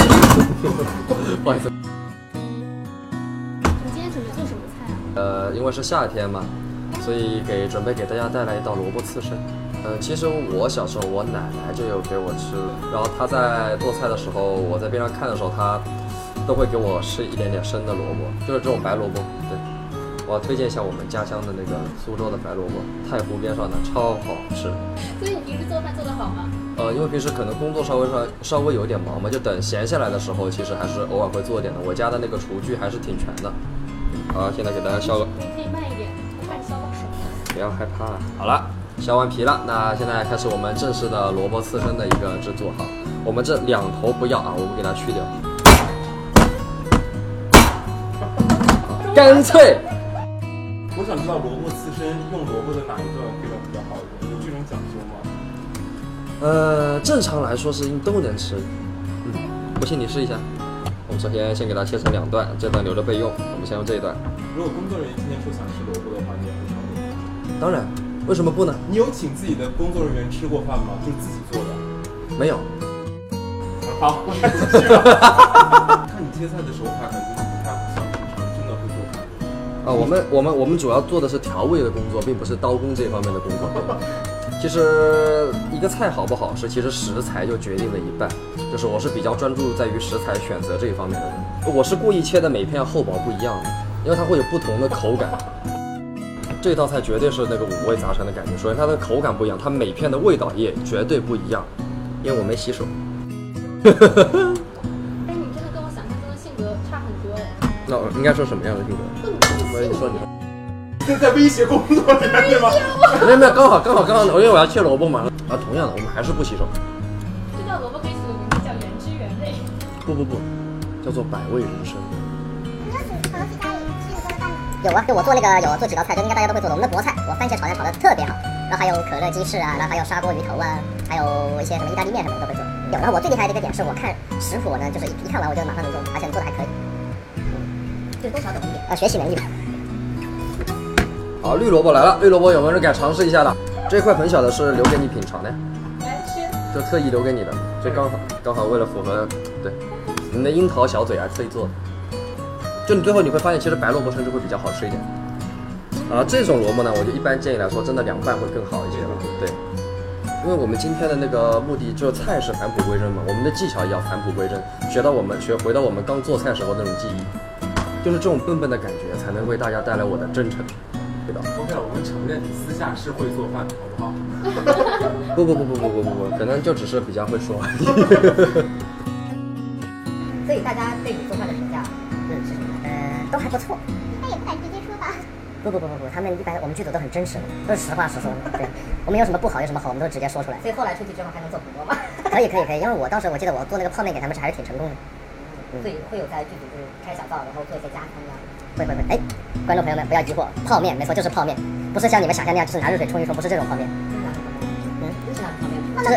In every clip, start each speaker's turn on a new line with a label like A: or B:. A: 啊
B: 呃，因为是夏天嘛，所以给准备给大家带来一道萝卜刺身。嗯，其实我小时候我奶奶就有给我吃，然后她在做菜的时候，我在边上看的时候，她都会给我吃一点点生的萝卜，就是这种白萝卜。对，我要推荐一下我们家乡的那个苏州的白萝卜，太湖边上的超好吃。
C: 所以你平时做饭做得好吗？
B: 呃，因为平时可能工作稍微稍稍微有一点忙嘛，就等闲下来的时候，其实还是偶尔会做点的。我家的那个厨具还是挺全的。好，现在给大家削个，
C: 你可以慢一点，我怕你烧到手。
B: 不要害怕。好了，削完皮了，那现在开始我们正式的萝卜刺身的一个制作哈。我们这两头不要啊，我们给它去掉，干脆。
D: 我想知道萝卜刺身用萝卜的哪一个味道比较好一点？有这种讲究吗？
B: 呃，正常来说是应都能吃，嗯，不信你试一下。我们首先先给它切成两段，这段留着备用。我们先用这一段。
D: 如果工作人员今天说想吃萝卜的话，你也会尝试。
B: 当然，为什么不呢？
D: 你有请自己的工作人员吃过饭吗？就是自己做的。
B: 没有，
D: 好，我开始去了。 看你切菜的手法，感觉你不太像平常真的会做饭 的人。
B: 啊，我们我们我们主要做的是调味的工作，并不是刀工这方面的工作。其实一个菜好不好吃，其实食材就决定了一半。就是我是比较专注在于食材选择这一方面的人，我是故意切的每片厚薄不一样的，因为它会有不同的口感。这道菜绝对是那个五味杂陈的感觉，首先它的口感不一样，它每片的味道也绝对不一样。因为我没洗手，
C: 但哎是你真的跟我想象中的性格差很多哎，
B: 那我应该说什么样的性格？
C: 更自
B: 我跟你
C: 信
B: 说
C: 一
B: 你
C: 点。
D: 这在威胁工作人员对吗？
B: 没有没有，刚好刚好刚好，因为我要切萝卜嘛。啊，同样的，我们还是不洗手。
C: 这道萝卜可以起个名字叫原汁原味。
B: 不不不，叫做百味人生。
E: 有啊，就我做那个有做几道菜，就应该大家都会做的。我们的国菜，我番茄炒蛋炒的特别好，然后还有可乐鸡翅啊，然后还有砂锅鱼头啊，还有一些什么意大利面什么的都会做。有，然后我最厉害的一个点是我看食谱呢，就是一看完我就马上能做，而且做的还可以。嗯，就多少懂一点，呃，学习能力吧。
B: 好，绿萝卜来了，绿萝卜有没有人敢尝试一下的？这块很小的是留给你品尝的，
C: 来吃，
B: 就特意留给你的，这刚好刚好为了符合对你的樱桃小嘴啊，特意做的。就你最后你会发现，其实白萝卜甚至会比较好吃一点。啊，这种萝卜呢，我就一般建议来说，真的凉拌会更好一些了。对，因为我们今天的那个目的就是菜是返璞归真嘛，我们的技巧也要返璞归真，学到我们学回到我们刚做菜时候那种记忆，就是这种笨笨的感觉，才能为大家带来我的真诚味道。
D: OK 了，我们承认你私下是会做饭的，好不好？
B: 不不不不不不不不，可能就只是比较会说。
E: 所以大家对你做饭的评价，嗯，是什么？呃，都还不错。那也不敢直接说吧。不不不不不，他们一般我们剧组都很真实的，都是实话实说的。对，我们有什么不好，有什么好，我们都直接说出来。所以后来出去之后还能做主播吗？可以可以可以，因为我当时我记得我做那个泡面给他们吃还是挺成功的。 对，会有在剧组就是开小灶，然后做一些加工啊。会会会，哎，观众朋友们不要疑惑，泡面没错就是泡面，不是像你们想象那样就是拿热水冲一冲，不是这种泡面。嗯，就是泡面。这个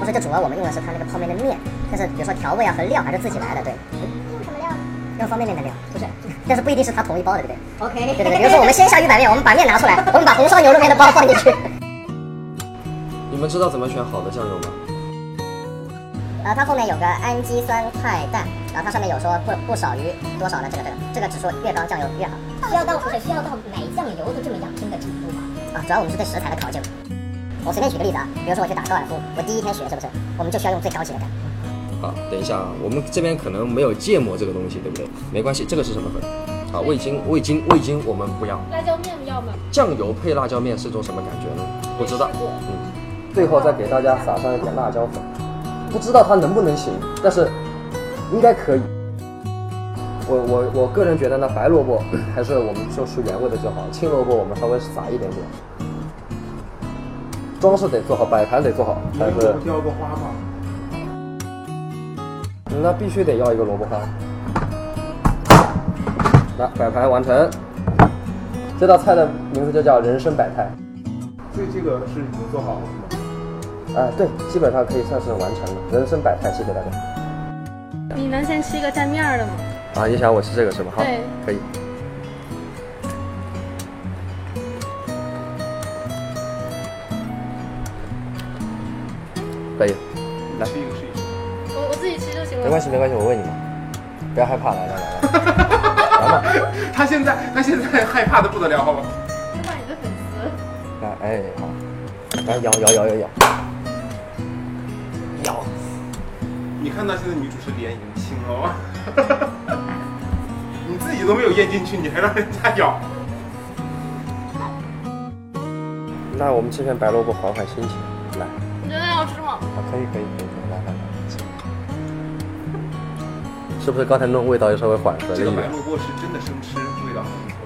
E: 不是，就主要我们用的是它那个泡面的面，但是比如说调味啊和料还是自己来的，对。用什么料？嗯用方便面的料，不是，但是不一定是它同一包的，对不对？OK。对对对，比如说我们鲜虾鱼板面，我们把面拿出来，我们把红烧牛肉面的包放进去。
B: 你们知道怎么选好的酱油吗？
E: 然后它后面有个氨基酸肽氮，然后它上面有说不不少于多少呢？这个这个这个指数越高酱油越好。
F: 需要到不是需要到买酱油都这么养生的程度吗？
E: 啊，主要我们是对食材的考究。我随便举个例子啊，比如说我去打高尔夫，我第一天学是不是？我们就需要用最高级的杆。
B: 好，等一下啊，我们这边可能没有芥末这个东西，对不对？没关系，这个是什么粉？好，味精，味精，味精，我们不要。
C: 辣椒面要吗？
B: 酱油配辣椒面是种什么感觉呢？不知道
C: 没吃。过
B: 嗯，最后再给大家撒上一点辣椒粉，不知道它能不能行，但是应该可以。我我我个人觉得呢，白萝卜 还是我们就吃原味的就好，青萝卜我们稍微撒一点点。装饰得做好，摆盘得做好，
D: 你
B: 但
D: 们
B: 是
D: 有雕过花吗？
B: 那必须得要一个萝卜花。来，摆盘完成。这道菜的名字就叫人参百态。
D: 所以这个是已经做好了是吗？
B: 啊，对，基本上可以算是完成了。人参百态，谢谢大家。
A: 你能先吃一个蘸面儿的吗？
B: 啊，你想我吃这个是吗？好
A: 对，
B: 可以。可以，来
D: 吃一个试一试。
A: 我我自己吃就行
B: 没
A: 了。
B: 关系没关系，我喂你嘛，不要害怕，来来来来，来嘛，
D: 他现在他现在害怕的不得了，好吧？
A: 就把你的粉丝，
B: 哎哎好，来咬咬咬咬咬，咬，
D: 你看到现在女主持脸已经青了吗？哦 你自己都没有咽进去，你还让人家咬？
B: 那我们切片白萝卜缓缓心情，来，
A: 你真的要吃吗？
B: 啊可以可以可以，来来来，切是不是刚才那种味道又稍微缓和了
D: 这个
B: 一
D: 白
B: 点？
D: 萝卜是真的生吃，味道很不错。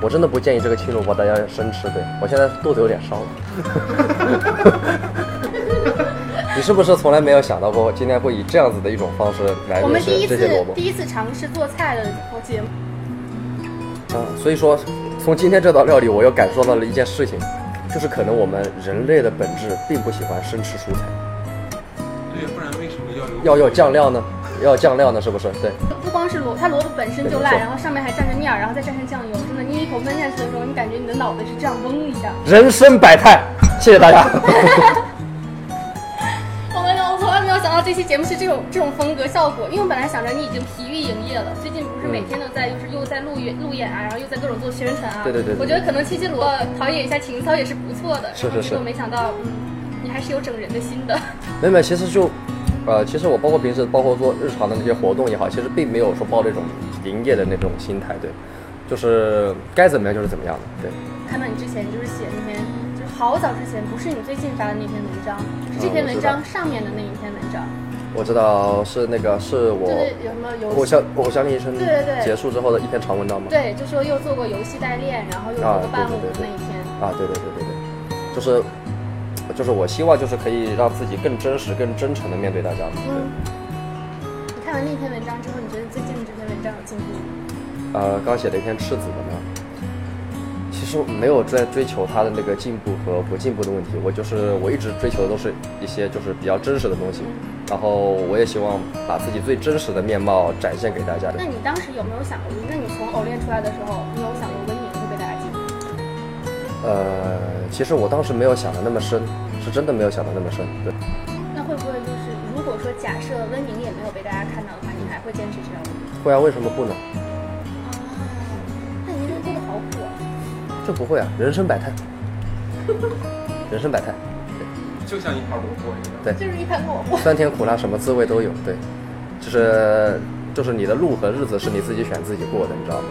B: 我真的不建议这个青萝卜大家生吃，对我现在肚子有点烧了。你是不是从来没有想到过，我今天会以这样子的一种方式来
A: 我
B: 认
A: 们第
B: 识
A: 一
B: 这些萝
A: 次
B: 卜？
A: 第一次尝试做菜的节目，
B: 啊，所以说，从今天这道料理，我又感受到了一件事情，就是可能我们人类的本质并不喜欢生吃蔬菜，
D: 对，不然为什么要有
B: 要要酱料呢，要酱料呢，是不是？对，
A: 不光是萝，它萝卜本身就
B: 没
A: 烂，
B: 错
A: 然后上面还蘸着面儿，然后再蘸上酱油，真的，你一口闷下去的时候，你感觉你的脑袋是这样嗡一下。
B: 人生百态，谢谢大家。
A: 我们我从来没有想到这期节目是这种这种风格效果，因为我本来想着你已经疲于营业了，最近不是每天都在就是又在路演路演啊，然后又在各种做宣传啊。
B: 对对对对
A: 我觉得可能七七罗陶冶一下情操也是不错的，
B: 是
A: 然后
B: 是是
A: 结果没想到，嗯，你还是有整人的心的。
B: 没有没有，其实就，呃，其实我包括平时包括做日常的那些活动也好，其实并没有说抱这种营业的那种心态，对，就是该怎么样就是怎么样的，对。
A: 看到你之前就是写那篇，就是好早之前，不是你最近发的那篇文章，是这
B: 啊
A: 篇
B: 我
A: 文
B: 知
A: 章
B: 道
A: 上面的那一篇文章，
B: 我知道是那个是我
A: 就是有什么游戏
B: 我想我想你一生
A: 对对对
B: 结束之后的一篇长文章吗？
A: 对，就说又做过游戏代练，然后又做
B: 啊
A: 过伴舞
B: 对对对对
A: 那一篇。
B: 啊，对对对对对，就是就是我希望就是可以让自己更真实、更真诚的面对大家嘛。
A: 嗯，你看完那篇文章之后，你觉得最近的这篇文章有进步吗？
B: 呃，刚写了一篇《赤子》的嘛，其实我没有在追求它的那个进步和不进步的问题，我就是我一直追求的都是一些就是比较真实的东西，然后我也希望把自己最真实的面貌展现给大家。
A: 那你当时有没有想过，那你从偶练出来的时候，你有想过温宁会被大家记住？
B: 呃，其实我当时没有想的那么深，是真的没有想的那么深，对。
A: 那会不会就是，如果说假设温宁也没有被大家看到的话，你还会坚持这条路？
B: 会啊，为什么不呢？
A: 那你这个过得好苦啊！
B: 这不会啊，人生百态， 人生百态，
D: 就像一盘萝卜一样。
B: 对
A: 就是一盘火锅。
B: 酸甜苦辣什么滋味都有，对，就是就是你的路和日子是你自己选自己过的，你知道吗？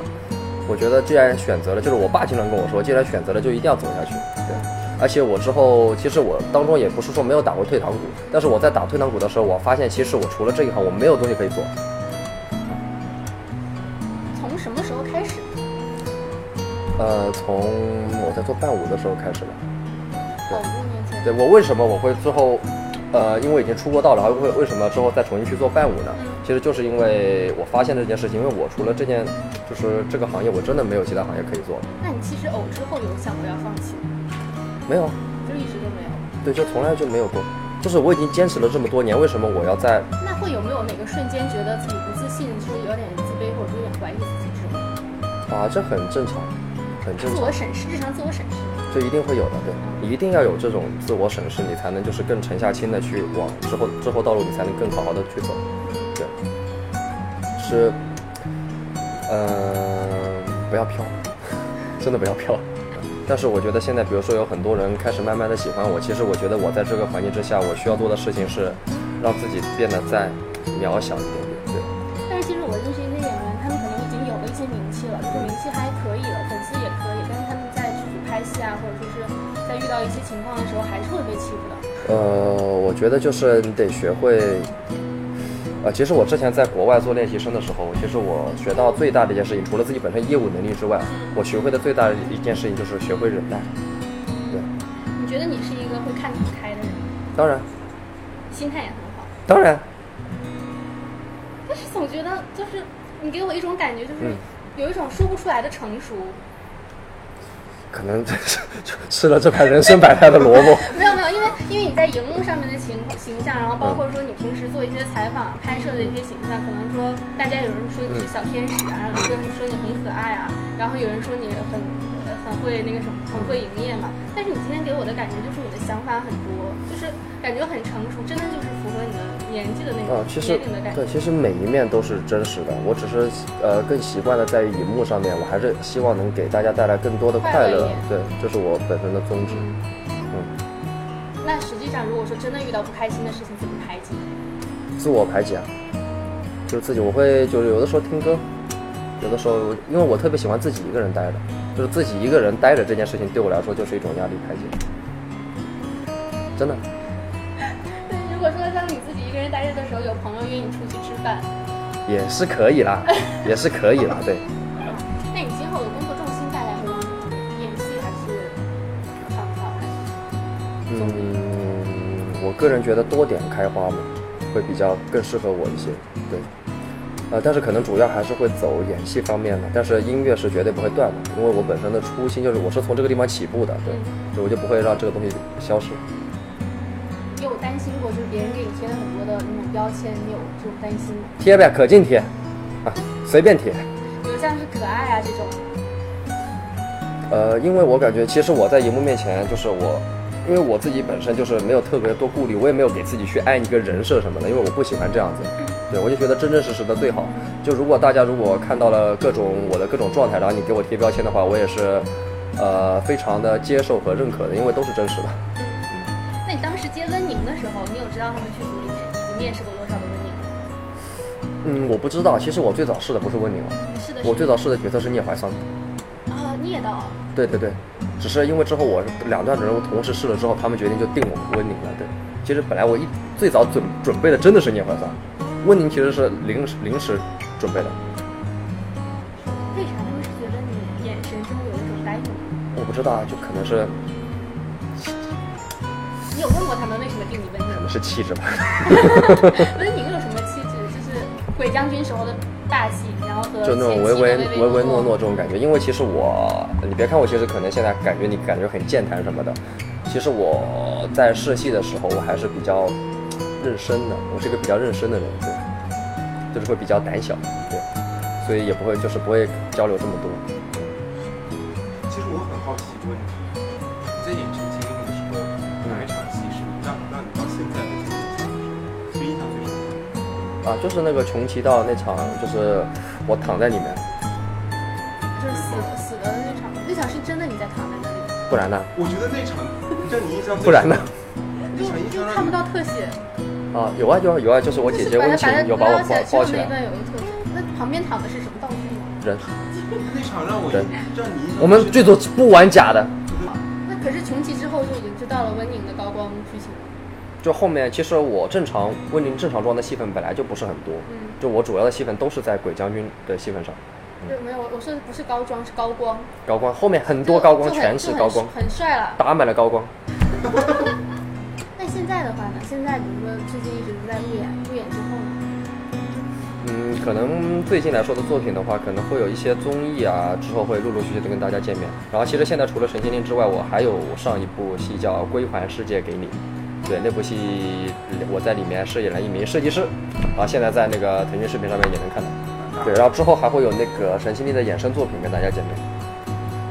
B: 我觉得既然选择了，就是我爸经常跟我说，既然选择了就一定要走下去，对。而且我之后其实我当中也不是说没有打过退堂鼓，但是我在打退堂鼓的时候，我发现其实我除了这一行我没有东西可以做，
A: 从什么时候开始？
B: 呃，从我在做伴舞的时候开始吧。
A: 哦，五年前。
B: 对我为什么我会最后，呃，因为已经出过道了，还会为什么之后再重新去做伴舞呢？其实就是因为我发现了这件事情，因为我除了这件，就是这个行业，我真的没有其他行业可以做了，
A: 那你其实偶之后有想过要放弃吗？
B: 没有，
A: 就一直都没有。
B: 对，就从来就没有过。就是我已经坚持了这么多年，为什么我要在
A: 那会有没有哪个瞬间觉得自己不自信，是有点自卑，或者有点怀疑自己这种？
B: 啊？这很正常，很正
A: 自
B: 常
A: 我，审视，日常自我审视。
B: 就一定会有的。对你一定要有这种自我审视，你才能就是更沉下心的去往之后之后道路，你才能更好好的去走。对，是，呃，不要飘， 真的不要飘。但是我觉得现在，比如说有很多人开始慢慢的喜欢我，其实我觉得我在这个环境之下，我需要做的事情是，让自己变得再渺小一点点。对，
A: 但是其实我认识一些演员，他们可能已经有了一些名气了，就是名气还可以了，粉丝也可以，但是他们在去拍戏啊，或者说是在遇到一些情况的时候，还是会被欺负的。
B: 呃，我觉得就是你得学会，呃，其实我之前在国外做练习生的时候，其实我学到最大的一件事情，除了自己本身业务能力之外，我学会的最大的一件事情就是学会忍耐。对，
A: 你觉得你是一个会看得很开的人吗，
B: 当然，
A: 心态也很好，
B: 当然，
A: 但是总觉得就是你给我一种感觉，就是
B: 嗯
A: 有一种说不出来的成熟。
B: 可能 吃了这盘人生百态的萝卜。
A: 没有没有，因为因为你在荧幕上面的形形象，然后包括说你平时做一些采访、拍摄的一些形象，可能说大家有人说你是小天使啊，然后有人说你很可爱啊，然后有人说你很呃很很会那个什么，很会营业嘛。但是你今天给我的感觉就是你的想法很多，就是感觉很成熟，真的就是符合你的年纪的那
B: 啊
A: 种，
B: 其实
A: 年龄的感觉
B: 对，。其实每一面都是真实的，我只是呃更习惯的在于荧幕上面，我还是希望能给大家带来更多的
A: 快
B: 快
A: 乐一
B: 乐
A: 点，
B: 对，这是我本身的宗旨。嗯，
A: 那实际上，如果说真的遇到不开心的事情，怎么排解？
B: 自我排解啊，就是自己，我会就是有的时候听歌，有的时候因为我特别喜欢自己一个人待着，就是自己一个人待着这件事情对我来说就是一种压力排解，真的。
A: 对，如果说当你自己一个人待着的时候，有朋友约你出去吃饭，
B: 也是可以啦，也是可以啦，对，
A: 那你今后的工作重心大概会往演戏还是唱跳还是？
B: 嗯，我个人觉得多点开花嘛，会比较更适合我一些，对，呃，但是可能主要还是会走演戏方面的，但是音乐是绝对不会断的，因为我本身的初心就是我是从这个地方起步的，对，所以我就不会让这个东西消失。
A: 你有担心过，就是别人给你贴了很多的那种标签，你有这种担心吗？
B: 贴呗，可劲贴，啊，随便贴。
A: 比如像是可爱啊这种，
B: 呃，因为我感觉其实我在荧幕面前就是我，因为我自己本身就是没有特别多顾虑，我也没有给自己去按一个人设什么的，因为我不喜欢这样子。对，我就觉得真真实实的最好。就如果大家如果看到了各种我的各种状态，然后你给我贴标签的话，我也是，呃，非常的接受和认可的，因为都是真实的。
A: 那你当时接温宁的时候，你有知道他们剧组里面已经面试过多少个温宁
B: 嗯，
A: 吗？
B: 我不知道，其实我最早试的不是温宁了，
A: 是的，
B: 我最
A: 是
B: 早试的角色是聂怀桑。
A: 的啊，你也到，
B: 对对对，只是因为之后我两段人物同时试了之后，他们决定就定我们温宁了。对，其实本来我一最早准准备的真的是聂怀桑，温宁其实是临时临时准备的，
A: 为啥当时觉得你眼神中有一种呆萌？
B: 我不知道啊，就可能是
A: 你有问过他们为什么定你温
B: 可
A: 宁
B: 能
A: 吗？
B: 是气质吧。
A: 温宁有什么气质？就是鬼将军时候的大气，然后和
B: 就那种
A: 前
B: 唯
A: 期的
B: 唯唯唯
A: 诺
B: 诺诺这种感觉。因为其实我，你别看我，其实可能现在感觉你感觉很健谈什么的，其实我在试戏的时候，我还是比较认生的，我是一个比较认生的人，对，就是会比较胆小，对，所以也不会就是不会交流这么多。
D: 其实我很好奇一个问题，你在演陈情令的时候，哪一场戏是你让让你到现在为止印象最深的？最印象最深的？
B: 啊，就是那个穷奇道那场，就是我躺在里面，
A: 就是死死的那场，那场是真的你在躺在那里，
B: 不然呢？
D: 我觉得那场让你印象最深的
B: 不然呢？
D: 那场印象
A: 就
D: 让
A: 看不
D: 你
A: 到特写，
B: 啊，有啊有啊有啊，就是我姐姐温情有把我抱抱起
A: 那一
B: 来，
A: 段有一个特写，那旁边躺的是什么道具吗？
B: 人，
D: 那场让我
B: 对
D: 让你印象
B: 我们
D: 最
B: 剧
D: 深
B: 组不玩假的。
A: 那可是穷奇之后就已经知道了温宁的高光剧情了，
B: 就后面其实我正常温宁正常装的戏份本来就不是很多，
A: 嗯，
B: 就我主要的戏份都是在鬼将军的戏份上，
A: 就没有我说的不是高装是高光，
B: 高光后面很多高光
A: 就很
B: 全是高光
A: 就，很很帅了。
B: 打满了高光。
A: 那现在的话呢？现在比如说最近一直在路演，路演之后呢？
B: 嗯，可能最近来说的作品的话，可能会有一些综艺啊，之后会陆陆续续的跟大家见面。然后其实现在除了《神仙令》之外，我还有上一部戏叫《归还世界给你》，对，那部戏我在里面饰演了一名设计师，啊，现在在那个腾讯视频上面也能看到。对，然后之后还会有那个《神仙令》的衍生作品跟大家见面。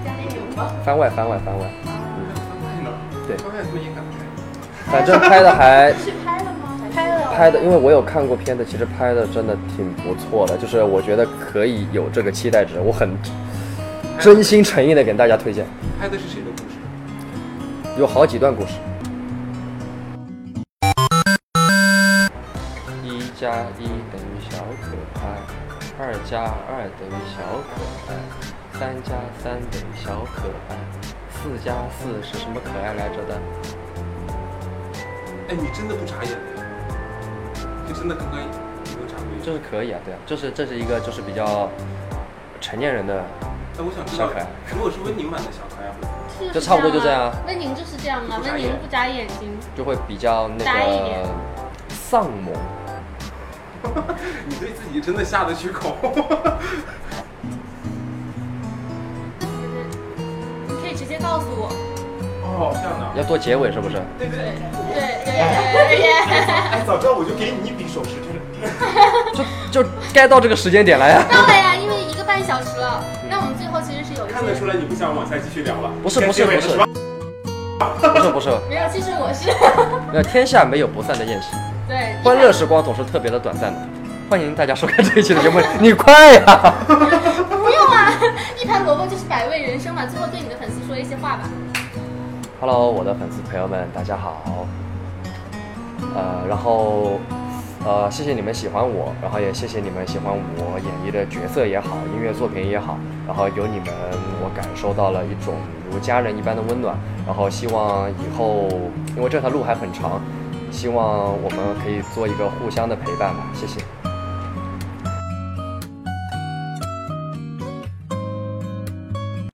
A: 加点油吗？
B: 番外，番外，番外，对
D: 刚才怎么也敢拍？
B: 反正拍的还
C: 是拍了吗？还是
A: 拍了，
B: 拍的，因为我有看过片子，其实拍的真的挺不错的，就是我觉得可以有这个期待值，我很真心诚意的给大家推荐，
D: 拍的是谁的故事？
B: 有好几段故事。一加一等于小可爱，二加二等于小可爱，三加三等于小可爱，四加四是什么可爱来着的？
D: 哎，你真的不眨眼吗？你真的刚刚没有眨过眼。
B: 这是可以啊，对啊，这是这是一个就是比较成年人的
D: 哎，我想知
B: 小
D: 道
B: 可爱，
D: 如果是温宁版的小啊可爱会怎么
A: 是
D: 样？
B: 就差不多就这样啊
A: 温宁就是这样啊，
D: 不眨
A: 温宁
D: 眼
A: 不眨眼睛，
B: 就会比较那
A: 呆一
B: 个
A: 点
B: 丧萌。
D: 你对自己真的下得去口。
A: 就是你可以直接告诉我。
D: 哦，这样的啊。
B: 要做结尾是不是？
D: 对对，
A: 对对对，
D: 哎，早知道我就给你一笔手势，就是
B: 就就该到这个时间点了呀。啊
A: 啊嗯到了呀，因为一个半小时了。那我们最后其其实是有一些
D: 看得出来你不想往下继续聊了。
B: 不是不是
D: 该结尾了
B: 不是
D: 吧
B: 不是不是，
A: 没有，其实我是
B: 那天下没有不散的宴席，
A: 对
B: 欢乐时光总是特别的短暂的。欢迎大家收看这一期的节目，你快呀！
A: 不用啊， 一盘萝卜就是百味人生嘛。最后对你的粉丝说一些话吧。
B: Hello，我的粉丝朋友们，大家好。呃，然后呃，谢谢你们喜欢我，然后也谢谢你们喜欢我演绎的角色也好，音乐作品也好，然后有你们，我感受到了一种如家人一般的温暖。然后希望以后，因为这条路还很长，希望我们可以做一个互相的陪伴吧。谢谢。